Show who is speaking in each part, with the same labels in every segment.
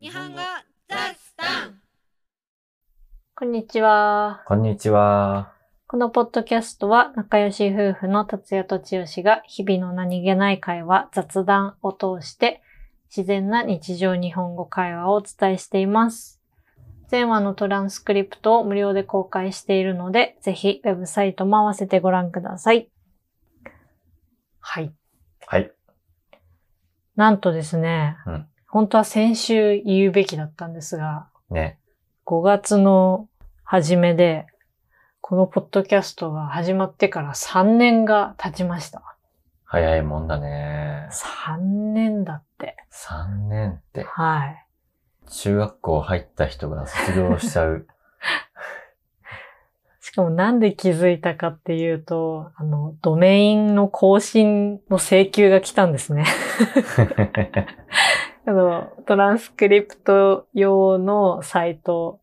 Speaker 1: 日本語ザスタン
Speaker 2: こんにちは。
Speaker 3: こんにちは。
Speaker 2: このポッドキャストは仲良し夫婦の達也と千代が日々の何気ない会話、雑談を通して自然な日常日本語会話をお伝えしています。前話のトランスクリプトを無料で公開しているので、ぜひウェブサイトも合わせてご覧ください。はい。
Speaker 3: はい。
Speaker 2: なんとですね、
Speaker 3: うん
Speaker 2: 本当は先週言うべきだったんですが、
Speaker 3: ね。
Speaker 2: 5月の初めで、このポッドキャストが始まってから3年が経ちました。
Speaker 3: 早いもんだね。
Speaker 2: 3年だって。
Speaker 3: 3年って。
Speaker 2: はい。
Speaker 3: 中学校入った人が卒業しちゃう。
Speaker 2: しかもなんで気づいたかっていうと、あの、ドメインの更新の請求が来たんですね。あの、トランスクリプト用のサイト、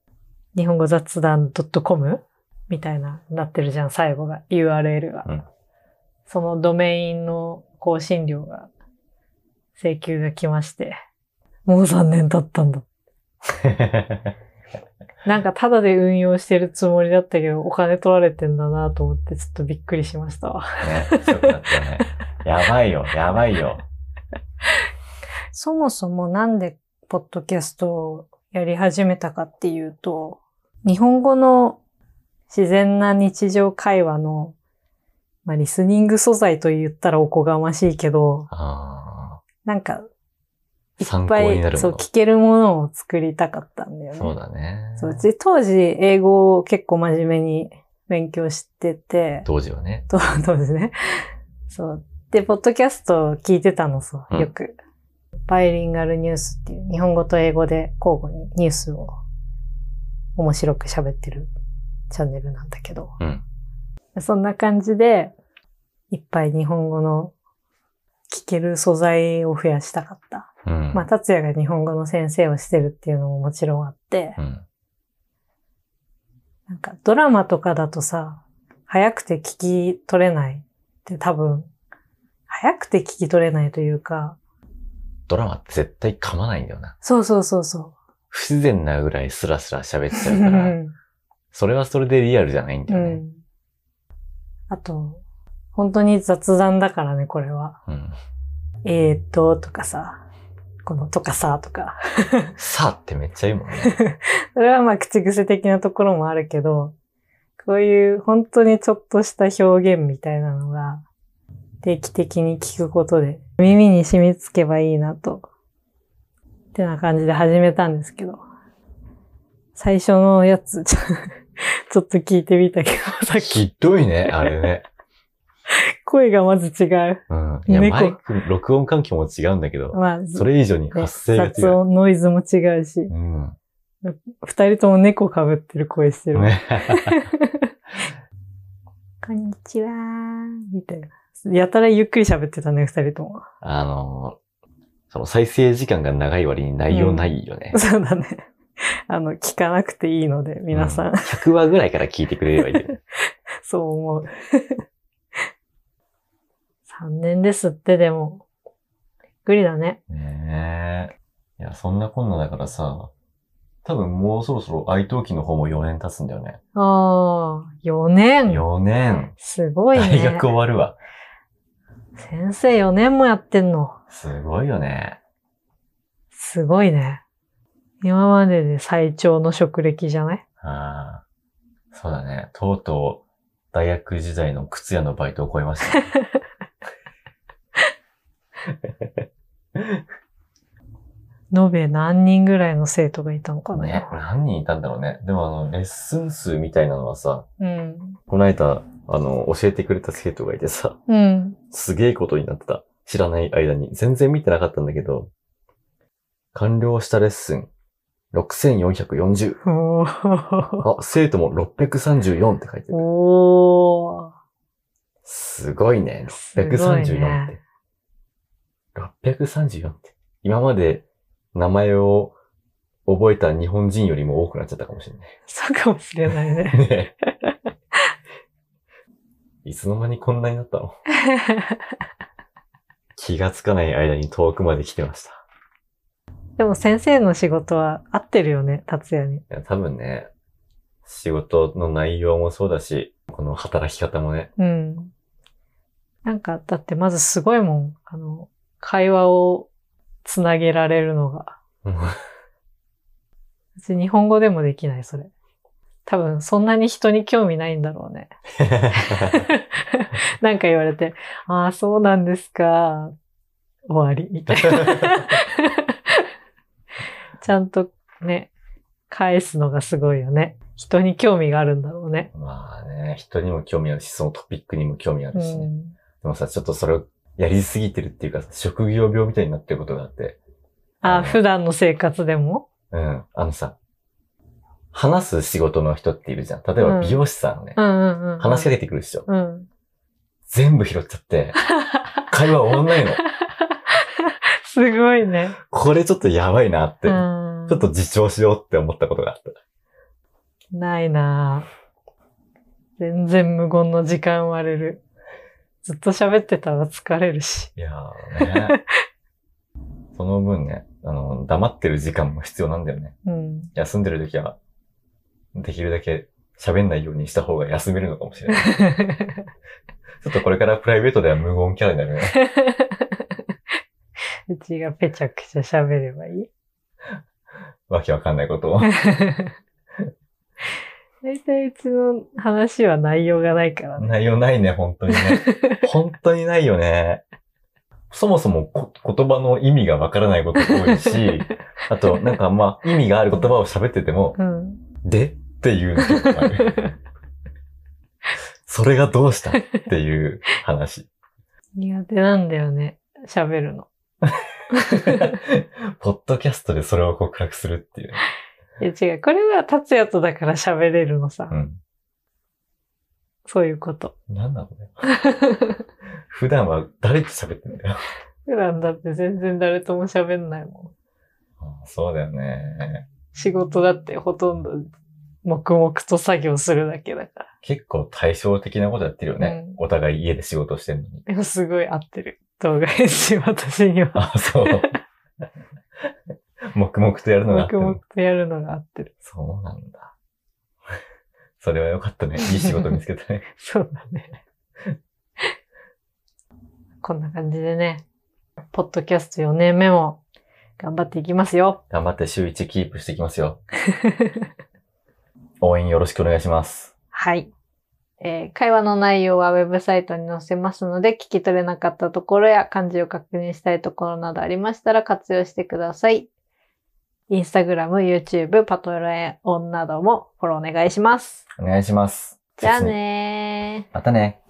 Speaker 2: 日本語雑談 .com みたいな、なってるじゃん、最後が、URL が。
Speaker 3: うん
Speaker 2: そのドメインの更新料が、請求が来まして、もう3年経ったんだ。なんか、ただで運用してるつもりだったけど、お金取られてんだなと思って、ちょっとびっくりしましたわ。
Speaker 3: ね、強くなったよね。やばいよ、やばいよ。
Speaker 2: そもそもなんでポッドキャストをやり始めたかっていうと、日本語の自然な日常会話の、まあ、リスニング素材と言ったらおこがましいけど、
Speaker 3: あ
Speaker 2: なんか、いっ
Speaker 3: 参考
Speaker 2: ぱ
Speaker 3: になる
Speaker 2: い、
Speaker 3: もの
Speaker 2: そう、聞けるものを作りたかったんだよ
Speaker 3: ー
Speaker 2: ね。
Speaker 3: そうだね。
Speaker 2: そうで当時、英語を結構真面目に勉強してて、
Speaker 3: 当時はね。
Speaker 2: と、そう ですね。そう。で、ポッドキャストを聞いてたの、そうう、
Speaker 3: ん
Speaker 2: よく。バイリンガルニュースっていう、日本語と英語で交互にニュースを面白く喋ってるチャンネルなんだけど。
Speaker 3: うん
Speaker 2: そんな感じで、いっぱい日本語の聞ける素材を増やしたかった。
Speaker 3: うん。
Speaker 2: まあ、達也が日本語の先生をしてるっていうのももちろんあって、
Speaker 3: うん。
Speaker 2: なんかドラマとかだとさ、早くて聞き取れないって多分、早くて聞き取れないというか、
Speaker 3: ドラマって絶対噛まないんだよな。
Speaker 2: そうそうそうそ
Speaker 3: 不自然なぐらいスラスラ喋っち
Speaker 2: う。
Speaker 3: ゃう
Speaker 2: う
Speaker 3: から、
Speaker 2: ん
Speaker 3: それはそれでリアルじゃないんだ
Speaker 2: う
Speaker 3: よね。
Speaker 2: ん。あと、本当に雑談だからね、これは。
Speaker 3: うん。
Speaker 2: えーっと、とかさ、このとかさ、とか。
Speaker 3: さあってめっちゃいいもんね。
Speaker 2: それはまあ口癖的なところもあるけど、こういう本当にちょっとした表現みたいなのが定期的に聞くことで耳に染みつけばいいなと。ってな感じで始めたんですけど。最初のやつ、 ちょちょっと聞いてみたけど、 さっき
Speaker 3: ひどいね、あれね。
Speaker 2: 声がまず違う。
Speaker 3: うん。いや、
Speaker 2: 猫
Speaker 3: マイク、録音環境も違うんだけど、
Speaker 2: まあ、
Speaker 3: それ以上に
Speaker 2: ね
Speaker 3: 発声が
Speaker 2: 雑
Speaker 3: 違う。
Speaker 2: 音、ノイズも違うし
Speaker 3: う、ん。
Speaker 2: 二人とも猫被ってる声してる。
Speaker 3: ね
Speaker 2: こんにちはみたいな。やたらゆっくり喋ってたね、二人とも。
Speaker 3: あの、その再生時間が長い割に内容ないよね。
Speaker 2: そうだね。あの、聞かなくていいので、皆さん、
Speaker 3: う100話ぐらいから聞いてくれればいいよね。
Speaker 2: そう思う。3年ですって、でも。びっくりだね。
Speaker 3: ねえ。いや、そんなこんなだからさ、多分もうそろそろ愛登記の方も4年経つんだよね。
Speaker 2: ああ、4年。
Speaker 3: 4年。
Speaker 2: すごい
Speaker 3: 大
Speaker 2: ね
Speaker 3: 学。終わるわ。
Speaker 2: 先生4年もやってんの。
Speaker 3: すごいよね。
Speaker 2: すごいね。今までで最長の職歴じゃない
Speaker 3: ああ。そうだね。とうとう、大学時代の靴屋のバイトを超えました。
Speaker 2: 延べ何人ぐらいの生徒がいたのかな、
Speaker 3: ね、何人いたんだろうね。でもあの、レッスン数みたいなのはさ、
Speaker 2: うん。
Speaker 3: この間、あの、教えてくれた生徒がいてさ、
Speaker 2: うん。
Speaker 3: すげえことになってた。知らない間に。全然見てなかったんだけど、完了したレッスン、6440。
Speaker 2: おー。
Speaker 3: あ、生徒も634って書いてる。
Speaker 2: おー。
Speaker 3: すごいね、
Speaker 2: すご
Speaker 3: 634
Speaker 2: い
Speaker 3: って。
Speaker 2: ね
Speaker 3: 634って。今まで名前を覚えた日本人よりも多くなっちゃったかもしれない。
Speaker 2: そうかもしれない ね。
Speaker 3: ねえ。いつの間にこんなになったの気がつかない間に遠くまで来てました。
Speaker 2: でも先生の仕事は合ってるよね、達也に。
Speaker 3: いや、多分ね、仕事の内容もそうだし、この働き方もね、
Speaker 2: うん。なんか、だってまずすごいもん。あの、会話をつなげられるのが。
Speaker 3: うん
Speaker 2: うち日本語でもできない、それ。多分、そんなに人に興味ないんだろうね。 なんか言われて、ああ、そうなんですか。終わり、みたい な。ちゃんとね、返すのがすごいよね。人に興味があるんだろうね。
Speaker 3: まあね、人にも興味あるし、そのトピックにも興味あ
Speaker 2: う
Speaker 3: るしね。で
Speaker 2: ん、
Speaker 3: もさ、ちょっとそれをやりすぎてるっていうか、職業病みたいになってることがあって、
Speaker 2: あー普段の生活でも
Speaker 3: うん、あのさ、話す仕事の人っているじゃん。例え
Speaker 2: う
Speaker 3: ば
Speaker 2: ん
Speaker 3: 美容師さんね、
Speaker 2: うんうんうん。
Speaker 3: 話しかけてくるでしょ。
Speaker 2: うん。
Speaker 3: 全部拾っち ゃって、会話終わんないの。
Speaker 2: すごいね。
Speaker 3: これちょっとやばいなって、
Speaker 2: うん
Speaker 3: ちょっと自重しようって思ったことがあった。
Speaker 2: ないなぁ全然無言の時間割れる。ずっと喋ってたら疲れるし。
Speaker 3: いやー ね。その分ね、あの、黙ってる時間も必要なんだよね。
Speaker 2: うん。
Speaker 3: 休んでる時は、できるだけ喋んないようにした方が休めるのかもしれない。ちょっとこれからプライベートでは無言キャラになるね。
Speaker 2: うちがぺちゃくちゃ喋ればいい。
Speaker 3: わけわかんないことを。
Speaker 2: 大体うちの話は内容がないからね。
Speaker 3: 内容ないね、本当にね。 本当にないよね。そもそもこ言葉の意味がわからないこと多 いし、あと、なんかまあ、意味がある言葉を喋ってても、
Speaker 2: うん。
Speaker 3: でっていうの結構 あるそれがどうしたっていう話。
Speaker 2: 苦手なんだよね。喋るの。
Speaker 3: ポッドキャストでそれを告白するっていうね。
Speaker 2: いや違う。これは達也とだから喋れるのさ。
Speaker 3: うん。
Speaker 2: そういうこと。
Speaker 3: なんなのね。 普段は誰と喋ってんだよ。
Speaker 2: 普段だって全然誰とも喋んないもん。
Speaker 3: あそうだよね。
Speaker 2: 仕事だってほとんど黙々と作業するだけだか
Speaker 3: 結構対照的なことやってるよね。
Speaker 2: うん
Speaker 3: お互い家で仕事してるのに。
Speaker 2: ら。でもすごい合ってる。動画編集、私には。
Speaker 3: あ、そう。黙々とやるのがあって
Speaker 2: 黙
Speaker 3: も
Speaker 2: 々とやるのが合ってる。
Speaker 3: そうなんだ。それは良かったね。いい仕事見つけた ね。
Speaker 2: そうだね。 こんな感じでね、ポッドキャスト4年目も頑張っていきますよ。
Speaker 3: 頑張って週1キープしていきますよ。応援よろしくお願いします。
Speaker 2: はい。えー会話の内容はウェブサイトに載せますので、聞き取れなかったところや漢字を確認したいところなどありましたら活用してください。インスタグラム、YouTube、パトレオンなどもフォローお願いします。
Speaker 3: お願いします。
Speaker 2: じゃあ。ねー。
Speaker 3: またね。